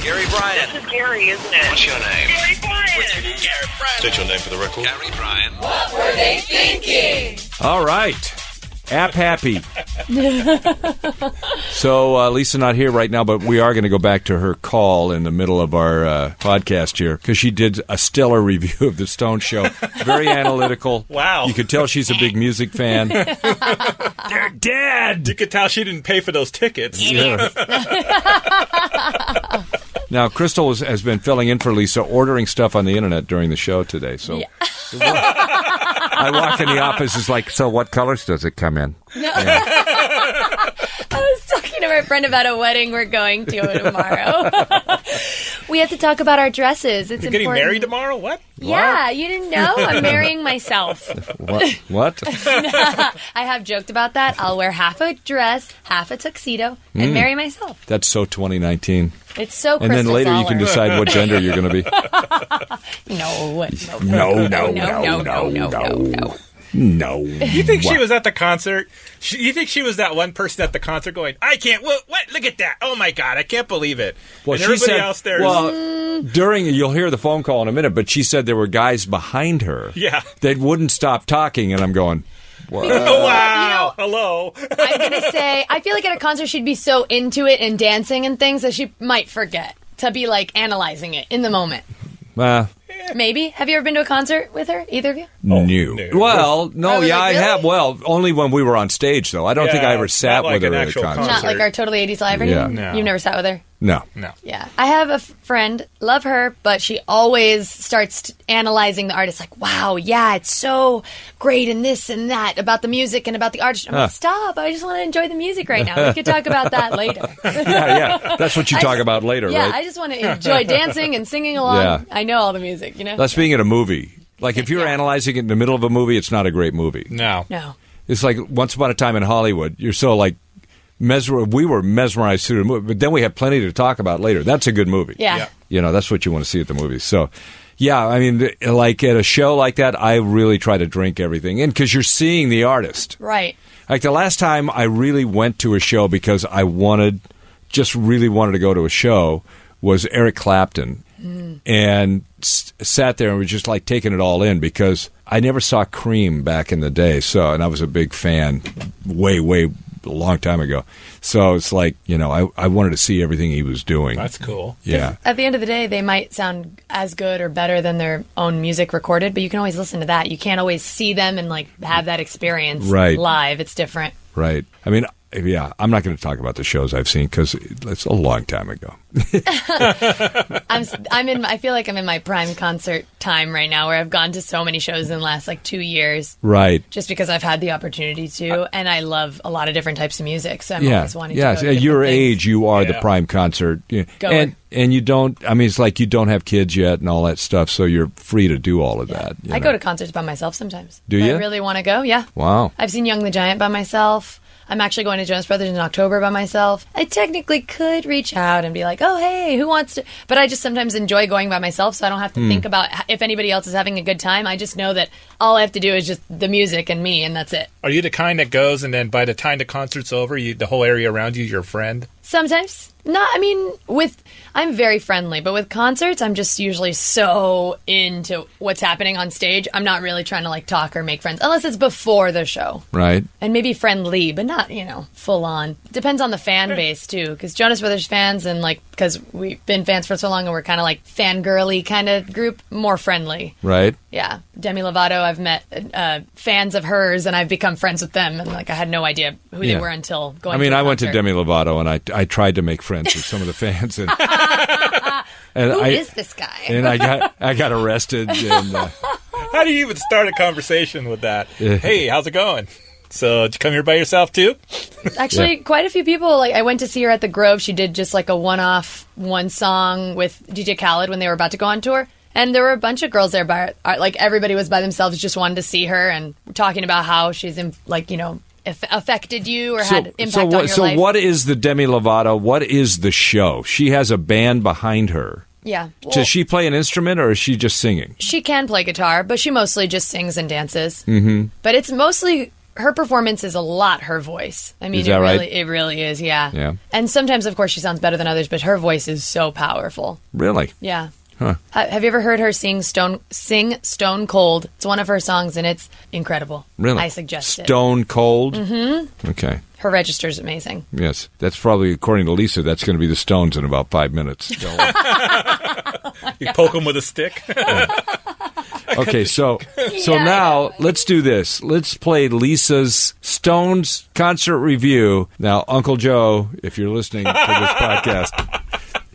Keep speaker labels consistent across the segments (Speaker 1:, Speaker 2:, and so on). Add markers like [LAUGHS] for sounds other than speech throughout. Speaker 1: Gary Bryan.
Speaker 2: This is Gary, isn't it?
Speaker 1: What's your name?
Speaker 2: Gary Bryan.
Speaker 1: Gary Bryan.
Speaker 3: State your name for the record.
Speaker 1: Gary Bryan.
Speaker 4: All right. App happy. so uh, Lisa not here right now, but we are going to go back to her call in the middle of our uh, podcast here because she did a stellar [LAUGHS] review of the Stone Show. Very analytical.
Speaker 5: Wow.
Speaker 4: You could tell she's a big music fan. They're dead.
Speaker 5: You [LAUGHS] could tell she didn't pay for those tickets.
Speaker 4: Yeah. now Crystal has, has been filling in for Lisa, ordering stuff on the internet during the show today. So. [LAUGHS] I walk in the office. It's like, so what colors does it come in?
Speaker 6: I was talking to my friend about a wedding we're going to tomorrow.
Speaker 4: [LAUGHS]
Speaker 6: we have to talk about our dresses. It's
Speaker 5: You're getting
Speaker 6: important.
Speaker 5: married tomorrow? What?
Speaker 6: Yeah, you didn't know?
Speaker 5: [LAUGHS]
Speaker 6: I'm marrying myself.
Speaker 4: What?
Speaker 6: [LAUGHS]
Speaker 4: What?
Speaker 6: I have joked about that. I'll wear half a dress, half a tuxedo,
Speaker 5: Mm.
Speaker 6: and marry myself.
Speaker 4: That's so 2019.
Speaker 6: It's so
Speaker 4: And
Speaker 6: Crystal
Speaker 4: then later you can
Speaker 6: Zoller.
Speaker 4: decide what gender you're going to be.
Speaker 6: No, [LAUGHS] no,
Speaker 4: No, no,
Speaker 6: no, no, no, no, no, no.
Speaker 4: no.
Speaker 5: You think she was at the concert? She, you think she was that one person at the concert going, I can't, what, what? Look at that. Oh my God, I can't believe it. and everybody else there is-
Speaker 4: well, during you'll hear the phone call in a minute, but she said there were guys behind her.
Speaker 5: Yeah.
Speaker 4: that wouldn't stop talking, and I'm going.
Speaker 5: oh wow, hello.
Speaker 6: I'm going to say, I feel like at a concert she'd be so into it and dancing and things that she might forget to be like analyzing it in the moment.
Speaker 4: Uh,
Speaker 6: Maybe. Have you ever been to a concert with her, either of you?
Speaker 5: Oh,
Speaker 4: new.
Speaker 5: no.
Speaker 4: Well, no,
Speaker 6: I was
Speaker 4: yeah,
Speaker 6: like,
Speaker 4: I
Speaker 6: really?
Speaker 4: have. Well, only when we were on stage, though. I don't think
Speaker 5: Yeah,
Speaker 4: I ever sat
Speaker 5: not like
Speaker 4: with her
Speaker 5: an
Speaker 4: at a
Speaker 5: actual
Speaker 4: concert.
Speaker 5: concert.
Speaker 6: Not like our Totally 80s Live or
Speaker 4: Yeah.
Speaker 6: anything?
Speaker 5: No.
Speaker 6: You've never sat with her?
Speaker 4: No.
Speaker 5: No.
Speaker 6: Yeah. I have a f- friend, love her, but she always starts t- analyzing the artist like, wow, yeah, it's so great and this and that about the music and about the artist. I'm
Speaker 4: Huh.
Speaker 6: like, stop. I just want to enjoy the music right now. We could talk
Speaker 4: [LAUGHS]
Speaker 6: about that later.
Speaker 4: yeah, yeah. That's what you
Speaker 6: I
Speaker 4: talk
Speaker 6: just-
Speaker 4: about later,
Speaker 6: yeah,
Speaker 4: right?
Speaker 6: I just want to enjoy dancing and singing along.
Speaker 4: Yeah.
Speaker 6: I know all the music, you know?
Speaker 4: That's being at a movie. Like if you're analyzing it in the middle of a movie, it's not a great movie.
Speaker 5: No.
Speaker 6: no.
Speaker 4: It's like Once Upon a Time in Hollywood. You're so like mesmer. We were mesmerized through the movie, but then we had plenty to talk about later. That's a good movie.
Speaker 6: Yeah.
Speaker 5: Yeah.
Speaker 4: you know that's what you want to see at the movies. So, yeah, I mean, th- like at a show like that, I really try to drink everything in because you're seeing the artist.
Speaker 6: Right.
Speaker 4: Like the last time I really went to a show because I wanted, just really wanted to go to a show, was Eric Clapton, and s- sat there and was just like taking it all in because I never saw Cream back in the day. So, and I was a big fan, way, way a long time ago. So it's like you know I I wanted to see everything he was doing.
Speaker 5: That's cool.
Speaker 4: yeah.
Speaker 6: At the end of the day, they might sound as good or better than their own music recorded, but you can always listen to that. You can't always see them and like have that experience
Speaker 4: Right.
Speaker 6: live. It's different.
Speaker 4: Right. I mean, yeah, I'm not going to talk about the shows I've seen because it's a long time ago.
Speaker 6: I'm s- I'm in I feel like I'm in my prime concert time right now where I've gone to so many shows in the last like 2 years
Speaker 4: Right.
Speaker 6: just because I've had the opportunity to and I love a lot of different types of music so I'm
Speaker 4: Uh, Yeah.
Speaker 6: always wanting
Speaker 4: Yeah.
Speaker 6: to go
Speaker 4: so
Speaker 6: to
Speaker 4: At
Speaker 6: different
Speaker 4: your
Speaker 6: things.
Speaker 4: age, you are the
Speaker 5: Yeah.
Speaker 4: prime concert. Yeah.
Speaker 6: Goer.
Speaker 4: And and you don't. I mean, it's like you don't have kids yet and all that stuff, so you're free to do all of that. you
Speaker 6: I
Speaker 4: know.
Speaker 6: go to concerts by myself sometimes.
Speaker 4: Do
Speaker 6: If
Speaker 4: ya?
Speaker 6: I really want to go. Yeah.
Speaker 4: Wow.
Speaker 6: I've seen Young the Giant by myself. I'm actually going to Jonas Brothers in October by myself. I technically could reach out and be like, "Oh, hey, who wants to?" But I just sometimes enjoy going by myself, so I don't have to think about h- if anybody else is having a good time. I just know that all I have to do is just the music and me, and that's it.
Speaker 5: Are you the kind that goes and then by the time the concert's over, you the whole area around you, your friend?
Speaker 6: Sometimes, not. I mean, with I'm very friendly, but with concerts, I'm just usually so into what's happening on stage. I'm not really trying to like talk or make friends unless it's before the show.
Speaker 4: Right.
Speaker 6: and maybe friendly, but not you know full on. Depends on the fan base too, because Jonas Brothers fans and like because we've been fans for so long and we're kind of like fangirly kind of group, more friendly.
Speaker 4: Right.
Speaker 6: Yeah, Demi Lovato, I've met uh, fans of hers and I've become friends with them, and like I had no idea who
Speaker 4: Yeah.
Speaker 6: they were until going.
Speaker 4: I mean,
Speaker 6: to a
Speaker 4: I went to
Speaker 6: concert.
Speaker 4: Demi Lovato and I I tried to make friends with
Speaker 6: [LAUGHS]
Speaker 4: some of the fans and. and
Speaker 6: Who
Speaker 4: I,
Speaker 6: is this guy?
Speaker 4: And I got I got
Speaker 6: [LAUGHS]
Speaker 4: arrested and uh,
Speaker 5: How do you even start a conversation with [LAUGHS] that? hey, how's it going? So did you come here by yourself too?
Speaker 6: Actually, quite a few people. Like I went to see her at the Grove. She did just like a one-off, one song with DJ Khaled when they were about to go on tour, and there were a bunch of girls there. By uh, like everybody was by themselves, just wanted to see her and talking about how she's in, like you know if affected you or had impact
Speaker 4: so what,
Speaker 6: on your
Speaker 4: so
Speaker 6: life.
Speaker 4: what is the Demi Lovato? What is the show? She has a band behind her.
Speaker 6: yeah, well,
Speaker 4: Does she play an instrument or is she just singing?
Speaker 6: she can play guitar, but she mostly just sings and dances. Mm-hmm. But it's mostly her performance is a lot her voice. I mean,
Speaker 4: Is that
Speaker 6: it
Speaker 4: right?
Speaker 6: really it really is. Yeah.
Speaker 4: Yeah.
Speaker 6: And sometimes, of course, she sounds better than others, but her voice is so powerful.
Speaker 4: Really?
Speaker 6: Yeah.
Speaker 4: Huh.
Speaker 6: Ha- have you ever heard her sing Stone sing Stone Cold? It's one of her songs, and it's incredible.
Speaker 4: Really?
Speaker 6: I suggest it.
Speaker 4: Stone cold. Mm-hmm. Okay.
Speaker 6: Her register's amazing.
Speaker 4: Yes, that's probably according to Lisa. That's going to be the Stones in about five
Speaker 6: [LAUGHS]
Speaker 4: minutes.
Speaker 5: You poke him with a stick.
Speaker 4: okay,
Speaker 6: [LAUGHS]
Speaker 4: so so
Speaker 6: Yeah.
Speaker 4: now let's do this. Let's play Lisa's Stones concert review. Now, Uncle Joe, if you're listening to this
Speaker 6: [LAUGHS]
Speaker 4: podcast,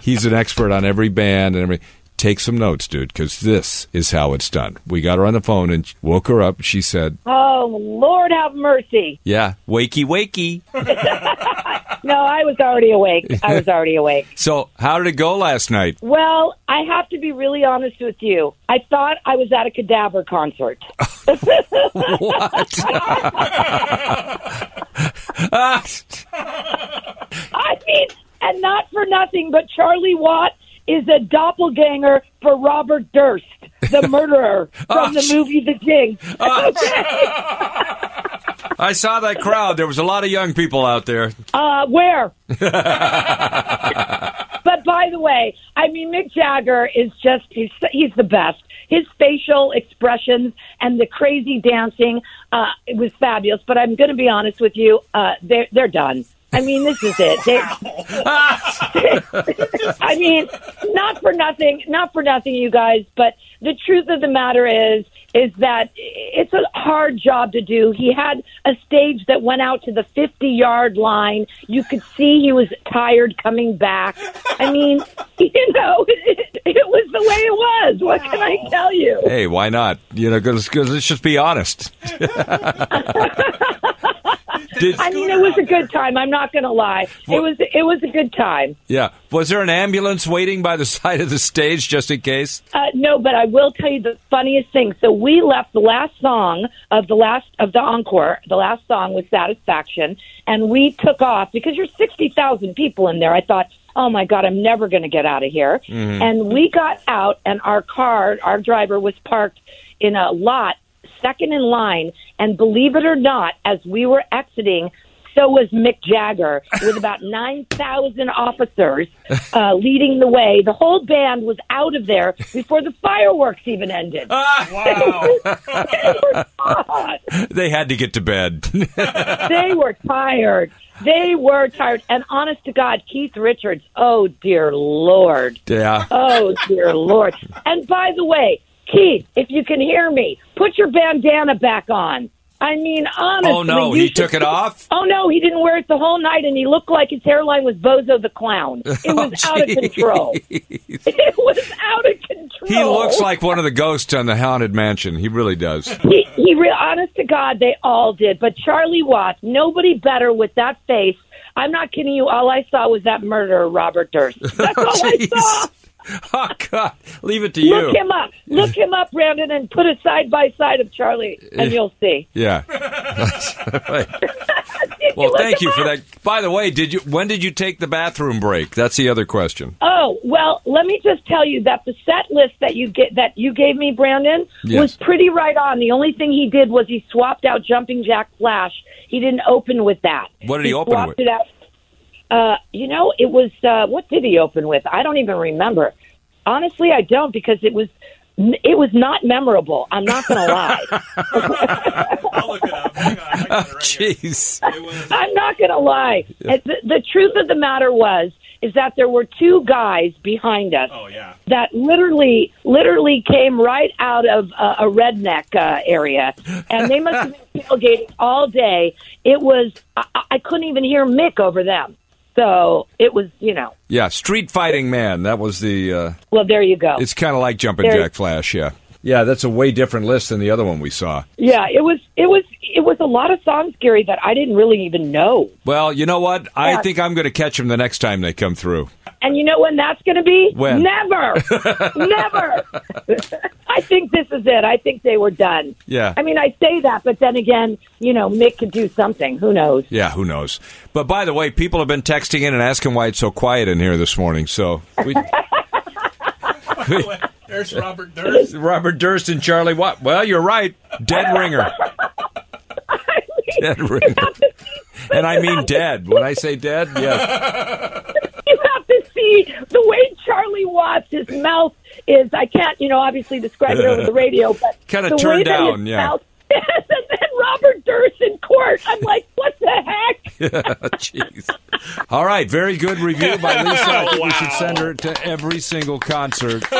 Speaker 4: he's an expert on every band and every. Take some notes, dude, because this is how it's done. We got her on the phone and woke her up. She said,
Speaker 1: Oh, Lord have mercy.
Speaker 4: "Yeah, wakey, wakey."
Speaker 1: No, I was already awake. I was already awake.
Speaker 4: So, how did it go last night?
Speaker 1: Well, I have to be really honest with you. I thought I was at a cadaver concert.
Speaker 4: What?
Speaker 1: [LAUGHS] I mean, and not for nothing, but Charlie Watt is a doppelganger for Robert Durst, the murderer from the movie The Jinx.
Speaker 4: I saw that crowd. There was a lot of young people out there.
Speaker 1: Uh, where? [LAUGHS] but by the way, I mean, Mick Jagger is just, he's, he's the best. His facial expressions and the crazy dancing, uh, it was fabulous. But I'm going to be honest with you, uh, they're, they're done. I mean, this is it. They, I mean, not for nothing, not for nothing, you guys. But the truth of the matter is, is that it's a hard job to do. He had a stage that went out to the fifty-yard line. You could see he was tired coming back. I mean, [LAUGHS] you know, [LAUGHS] it, it was the way it was. What can I tell you?
Speaker 4: Hey, why not? You know, because let's just be honest. [LAUGHS] Did,
Speaker 1: I mean, it was a good time. I'm not going to lie. It was it was a good time.
Speaker 4: yeah, was there an ambulance waiting by the [LAUGHS] side of the stage just in case?
Speaker 1: Uh, no, but I will tell you the funniest thing. So we left the last song of the last of the encore. The last song was Satisfaction, and we took off because you're sixty thousand people in there. I thought, oh my god, I'm never going to get out of here. And we got out, and our car, our driver was parked in a lot, second in line. And believe it or not, as we were exiting. So was Mick Jagger with about 9,000 officers uh, leading the way. The whole band was out of there before the fireworks even ended.
Speaker 5: wow.
Speaker 1: They were hot.
Speaker 4: They had to get to bed. [LAUGHS]
Speaker 1: They were tired. They were tired. And honest to God, Keith Richards, oh dear Lord.
Speaker 4: yeah.
Speaker 1: Oh dear Lord. And by the way, Keith, if you can hear me, put your bandana back on. I mean, honestly.
Speaker 4: Oh, no,
Speaker 1: you
Speaker 4: he
Speaker 1: should-
Speaker 4: took it off?
Speaker 1: Oh no, he didn't wear it the whole night, and he looked like his hairline was Bozo the Clown.
Speaker 4: [LAUGHS]
Speaker 1: It was
Speaker 4: Oh,
Speaker 1: out of control. It was out of control.
Speaker 4: He looks like one of the ghosts on the Haunted Mansion. He really does. [LAUGHS]
Speaker 1: he, he re- honest to God, they all did. But Charlie Watts, nobody better with that face. I'm not kidding you. All I saw was that murderer, Robert
Speaker 4: [LAUGHS]
Speaker 1: Durst. That's all I saw.
Speaker 4: Jeez. Oh, God. Leave it to you.
Speaker 1: Look him up. Look him up, Brandon, and put a side by side of Charlie, and you'll see.
Speaker 4: Yeah. Right. Well, thank you for that. By the way, did you when did you take the bathroom break? That's the other question.
Speaker 1: Oh well, let me just tell you that the set list that you get that you gave me, Brandon,
Speaker 4: Yes.
Speaker 1: was pretty right on. The only thing he did was he swapped out Jumping Jack Flash. He didn't open with that.
Speaker 4: What did he open
Speaker 1: swapped
Speaker 4: with?
Speaker 1: It out. Uh, you know, it was uh, what did he open with? I don't even remember. Honestly, I don't because it was it was not memorable. I'm
Speaker 4: [LAUGHS]
Speaker 1: not going to lie.
Speaker 5: [LAUGHS] I'll look it up. Hang on, I got it right here.
Speaker 4: Jeez.
Speaker 5: It was-
Speaker 1: I'm not going to lie. And The, the truth of the matter was is that there were two guys behind us
Speaker 5: Oh, [LAUGHS] yeah.
Speaker 1: that literally literally came right out of uh, a redneck uh, area, and they must have been tailgating all day. It was I, I- I couldn't even hear Mick over them, so it was you know.
Speaker 4: Yeah, Street Fighting Man. That was the. Uh,
Speaker 1: Well, there you go.
Speaker 4: it's kind of like Jumping
Speaker 1: There-
Speaker 4: Jack Flash. Yeah, yeah. That's a way different list than the other one we saw.
Speaker 1: yeah, it was it was it was a lot of songs, Gary, that I didn't really even know.
Speaker 4: Well, you know what? I
Speaker 1: Yeah.
Speaker 4: think I'm going to catch them the next time they come through.
Speaker 1: And you know when that's going to be?
Speaker 4: When? [LAUGHS]
Speaker 1: Never. Never. I think this is it. I think they were done.
Speaker 4: Yeah.
Speaker 1: I mean, I say that, but then again, you know, Mick could do something. Who knows?
Speaker 4: Yeah, who knows? But by the way, people have been texting in and asking why it's so quiet in here this morning. So
Speaker 1: [LAUGHS]
Speaker 4: we,
Speaker 5: There's Robert Durst.
Speaker 1: [LAUGHS]
Speaker 4: Robert Durst and Charlie Watt. Well, you're right. Dead ringer. dead ringer.
Speaker 1: have to see,
Speaker 4: And I mean dead. When I say dead, yeah.
Speaker 1: you have to see the way Charlie Watts, his mouth is, I can't, you know, obviously describe it over
Speaker 4: [LAUGHS]
Speaker 1: the radio, but
Speaker 4: Kinda
Speaker 1: the
Speaker 4: turned
Speaker 1: way that
Speaker 4: down,
Speaker 1: his
Speaker 4: yeah.
Speaker 1: mouth is, [LAUGHS] and then Robert Durst in court. I'm like, what the heck?
Speaker 4: [LAUGHS] Jeez. All right. Very good
Speaker 5: [LAUGHS]
Speaker 4: review by Lisa. I think we should send her to every single concert. [LAUGHS]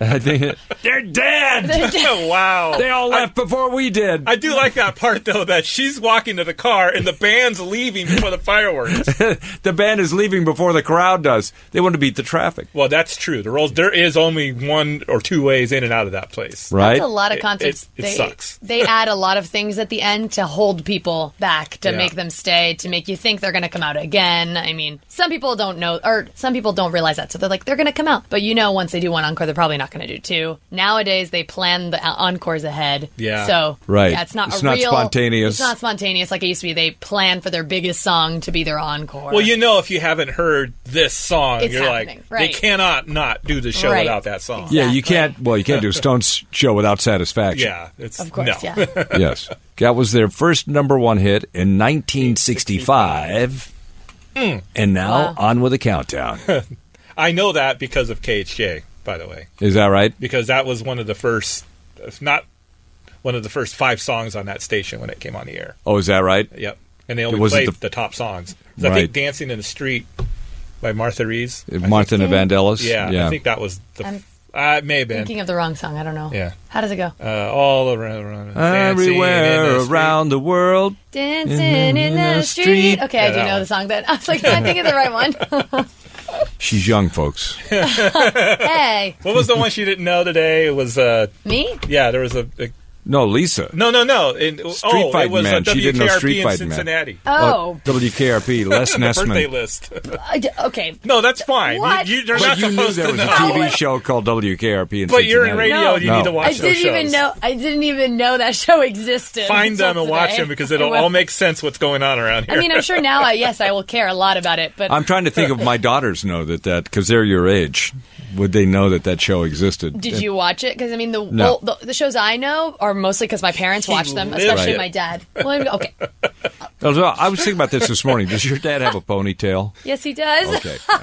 Speaker 4: I think it- they're dead.
Speaker 6: Oh,
Speaker 5: wow.
Speaker 4: They all left before we did.
Speaker 5: I do like that part though that she's walking to the car and the band's leaving before the fireworks.
Speaker 4: the band is leaving before the crowd does. They want to beat the traffic,
Speaker 5: Well, that's true. The rolls there is only one or two ways in and out of that place.
Speaker 4: right?
Speaker 6: That's a lot
Speaker 5: It-
Speaker 6: of concerts.
Speaker 5: it- it
Speaker 6: they,
Speaker 5: sucks. [LAUGHS]
Speaker 6: they add a lot of things at the end to hold people back, to
Speaker 5: Yeah.
Speaker 6: make them stay, to make you think they're going to come out again. I mean, some people don't know, or some people don't realize that, so they're like, they're going to come out. But you know, once they do one encore, they're probably not going to do two. Nowadays, they plan the uh, encores ahead.
Speaker 5: Yeah.
Speaker 6: So
Speaker 4: Right.
Speaker 6: yeah, it's not
Speaker 4: It's
Speaker 6: a
Speaker 4: not
Speaker 6: real,
Speaker 4: spontaneous.
Speaker 6: It's not spontaneous like it used to be. They plan for their biggest song to be their encore.
Speaker 5: Well, you know, if you haven't heard this song,
Speaker 6: It's
Speaker 5: you're
Speaker 6: happening,
Speaker 5: like,
Speaker 6: right.
Speaker 5: they cannot not do the show
Speaker 6: Right.
Speaker 5: without that song.
Speaker 4: Yeah, you
Speaker 6: Exactly.
Speaker 4: can't. Well, you can't do a Stones show without satisfaction.
Speaker 5: Yeah, it's
Speaker 6: of course,
Speaker 5: no. [LAUGHS]
Speaker 6: yeah.
Speaker 4: Yes, that was their first number one hit in 1965,
Speaker 5: Hmm.
Speaker 4: and now
Speaker 6: Wow.
Speaker 4: on with the countdown.
Speaker 5: I know that because of KHJ, by the way,
Speaker 4: Is that right?
Speaker 5: because that was one of the first, if not one of the first five songs on that station when it came on the air.
Speaker 4: Oh, is that right?
Speaker 5: Yep, and they only
Speaker 4: Was it
Speaker 5: played
Speaker 4: the-
Speaker 5: the, top songs. 'Cause I
Speaker 4: Right.
Speaker 5: think "Dancing in the Street" by Martha Reeves. I
Speaker 4: Martha and Vandellis.
Speaker 5: think- yeah,
Speaker 4: yeah.
Speaker 5: I think that was the.
Speaker 6: I'm
Speaker 5: uh, it may have been
Speaker 6: Thinking of the wrong song, I don't know.
Speaker 5: Yeah.
Speaker 6: How does it go?
Speaker 5: uh, all around, around dancing in the
Speaker 4: Everywhere
Speaker 5: street.
Speaker 4: around the world.
Speaker 6: Dancing in, the, street. Okay, I
Speaker 5: Yeah,
Speaker 6: do
Speaker 5: that
Speaker 6: know
Speaker 5: one.
Speaker 6: the song then. [LAUGHS] I was like,
Speaker 5: [LAUGHS]
Speaker 6: can I think of the right one? [LAUGHS]
Speaker 4: She's young, folks.
Speaker 6: hey,
Speaker 5: What was the one she didn't know today? It was uh,
Speaker 6: me?
Speaker 5: yeah, there was a, a
Speaker 4: No, Lisa.
Speaker 5: no, no, no. In,
Speaker 4: Street
Speaker 5: oh,
Speaker 4: Fight
Speaker 5: it was
Speaker 4: Man.
Speaker 5: uh,
Speaker 4: She didn't know
Speaker 5: WKRP
Speaker 4: Street
Speaker 5: in
Speaker 4: Fight Man.
Speaker 5: Cincinnati.
Speaker 4: Uh,
Speaker 6: Oh,
Speaker 5: [LAUGHS]
Speaker 4: WKRP, Les
Speaker 5: The birthday
Speaker 4: Nessman.
Speaker 5: list. [LAUGHS]
Speaker 6: I d- okay.
Speaker 5: No, that's fine.
Speaker 6: What?
Speaker 5: You, you, are
Speaker 4: But
Speaker 5: not
Speaker 4: you knew
Speaker 5: supposed
Speaker 4: there
Speaker 5: to
Speaker 4: was a
Speaker 5: know. [LAUGHS]
Speaker 6: [LAUGHS]
Speaker 4: TV show called WKRP in
Speaker 5: But you're in
Speaker 4: Cincinnati.
Speaker 5: radio.
Speaker 6: No.
Speaker 5: You
Speaker 4: No.
Speaker 5: need to watch
Speaker 6: I
Speaker 5: those
Speaker 6: didn't
Speaker 5: shows.
Speaker 6: even know. I didn't even know that show existed.
Speaker 5: Find
Speaker 6: until
Speaker 5: them and watch
Speaker 6: today.
Speaker 5: them because it'll
Speaker 6: I will.
Speaker 5: all make sense what's going on around here.
Speaker 6: I mean, I'm sure now. I, yes, I will care a lot about it.
Speaker 4: [LAUGHS]
Speaker 6: But
Speaker 4: I'm trying to think of my daughters know that that because they're your age, would they know that that show existed?
Speaker 6: did you watch it? Because I mean, the,
Speaker 4: No.
Speaker 6: well, the the shows I know are mostly because my parents watch them,
Speaker 5: lived
Speaker 6: especially
Speaker 4: it.
Speaker 6: my dad. Well, okay.
Speaker 4: I was, I was thinking about this this morning. Does your dad have a ponytail?
Speaker 6: [LAUGHS] Yes, he does.
Speaker 4: Okay. all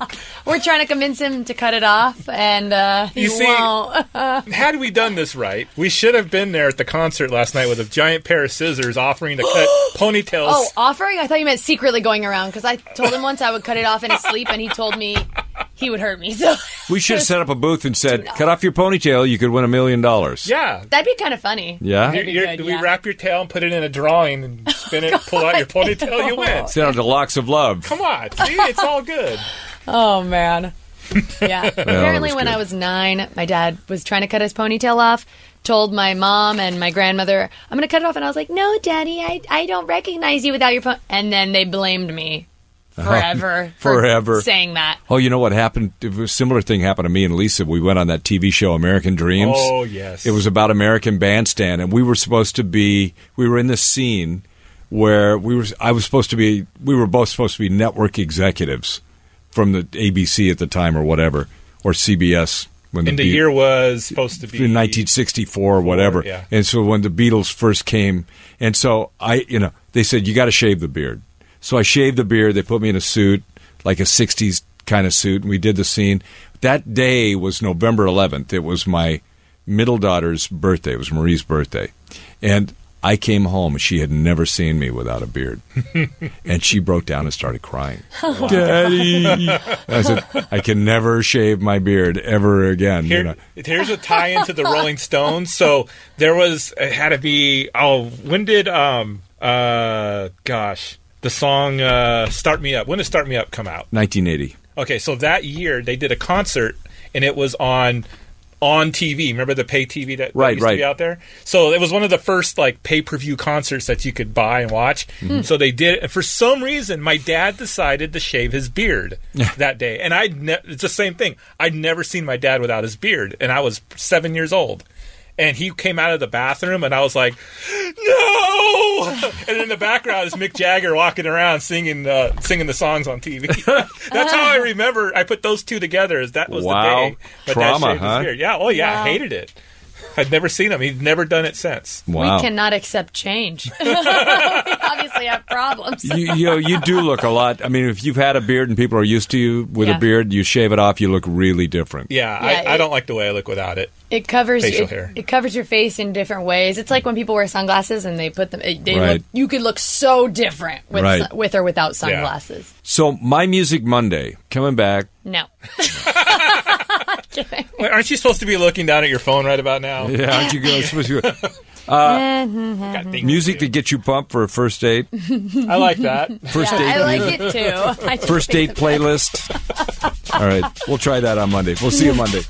Speaker 4: right.
Speaker 6: We're trying to convince him to cut it off, and uh, he
Speaker 5: You see-
Speaker 6: won't.
Speaker 5: Had we done this right, we should have been there at the concert last night with a giant pair of scissors offering to cut
Speaker 6: [GASPS]
Speaker 5: ponytails.
Speaker 6: Oh, offering? I thought you meant secretly going around because I told him once I would cut it off in his sleep, and he told me he would hurt me. [LAUGHS] So
Speaker 4: We should have set up a booth and said, "Cut off your ponytail, you could win a million dollars."
Speaker 5: yeah.
Speaker 6: that'd be kind of funny.
Speaker 4: Yeah?
Speaker 5: You-
Speaker 6: be
Speaker 5: you-
Speaker 6: good,
Speaker 5: we
Speaker 6: yeah.
Speaker 5: wrap your tail and put it in a drawing and spin it, pull
Speaker 6: [LAUGHS]
Speaker 5: out your ponytail, you win.
Speaker 4: Down to locks of love.
Speaker 5: Come on, see, it's all
Speaker 4: [LAUGHS]
Speaker 5: good.
Speaker 6: Oh [LAUGHS] man. Yeah. Apparently,
Speaker 4: was
Speaker 6: when
Speaker 4: good.
Speaker 6: I was nine, my dad was trying to cut his ponytail off. Told my mom and my grandmother, "I'm going to cut it off," and I was like, "No, Daddy, I I don't recognize you without your pony." And then they blamed me
Speaker 4: [LAUGHS]
Speaker 6: forever, for
Speaker 4: Uh-huh. Forever.
Speaker 6: saying that.
Speaker 4: Oh, you know what happened? A similar thing happened to me and Lisa. We went on that TV show, American Dreams.
Speaker 5: Oh, yes.
Speaker 4: It was about American Bandstand, and we were supposed to be, we were in this scene where we were, I was supposed to be, we were both supposed to be network executives from the ABC at the time or whatever, or CBS. When
Speaker 5: And the
Speaker 4: Beat-
Speaker 5: year was supposed to be
Speaker 4: in 1964 or whatever.
Speaker 5: yeah.
Speaker 4: And so when the Beatles first came, and so I, you know, they said you got to shave the beard. So I shaved the beard. They put me in a suit, like a 60s kind of suit, and we did the scene. That day was November 11th. It was my middle daughter's birthday. It was Marie's birthday, and I came home. She had never seen me without
Speaker 5: [LAUGHS]
Speaker 4: a beard, and she broke down and started crying. Daddy, I said, I can never shave my beard ever again. you know.
Speaker 5: Here, here's a tie into the
Speaker 6: [LAUGHS]
Speaker 5: Rolling Stones. So there was it had to be oh when did um uh gosh the song uh Start Me Up when did Start Me Up come out?
Speaker 4: 1980.
Speaker 5: Okay, so that year they did a concert and it was on on TV. Remember the pay TV that, that
Speaker 4: Right,
Speaker 5: used
Speaker 4: right.
Speaker 5: to be out there? So it was one of the first like pay per view concerts that you could buy and watch. So they did it. And for some reason, my dad decided to shave his beard that day. And I, ne- it's the same thing. I'd never seen my dad without his beard, and I was seven years old. And he came out of the bathroom, and I was like, "No!" And in the background is Mick Jagger walking around singing, uh, singing the songs on TV. [LAUGHS] That's how I remember. I put those two together. Is that was
Speaker 4: Wow.
Speaker 5: the day my dad
Speaker 4: Trauma,
Speaker 5: shaved his
Speaker 4: huh?
Speaker 5: beard. Yeah. Oh yeah.
Speaker 6: Wow.
Speaker 5: I hated it. I'd never seen him. He'd never done it since.
Speaker 4: Wow.
Speaker 6: We cannot
Speaker 4: [LAUGHS]
Speaker 6: accept change. [LAUGHS] we obviously have problems.
Speaker 4: you, you know, you do look a lot. I mean, if you've had a beard and people are used to you with
Speaker 6: Yeah.
Speaker 4: a beard, you shave it off, you look really different.
Speaker 5: Yeah,
Speaker 6: Yeah,
Speaker 5: I, I
Speaker 6: it-
Speaker 5: don't like the way I look without it.
Speaker 6: It covers
Speaker 5: Facial
Speaker 6: it,
Speaker 5: hair.
Speaker 6: it covers your face in different ways. It's like when people wear sunglasses and they put them. It, they
Speaker 4: Right.
Speaker 6: look, you could look so different with
Speaker 4: Right.
Speaker 6: su- with or without sunglasses.
Speaker 4: So, My Music Monday, coming back.
Speaker 6: No.
Speaker 5: Wait, aren't you supposed to be looking down at your phone right about now?
Speaker 4: Yeah, aren't you guys supposed to
Speaker 5: God, thank you.
Speaker 4: music to get you pumped for a first date?
Speaker 5: I like that.
Speaker 4: First date
Speaker 6: I like
Speaker 4: music.
Speaker 6: it too. I just
Speaker 4: First
Speaker 6: think
Speaker 4: date playlist. All right, we'll try that on Monday. We'll see you Monday.